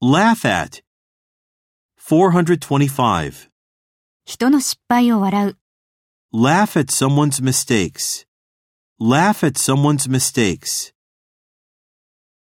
Laugh at. 425. 人の失敗を笑う。 Laugh at someone's mistakes. Laugh at someone's mistakes.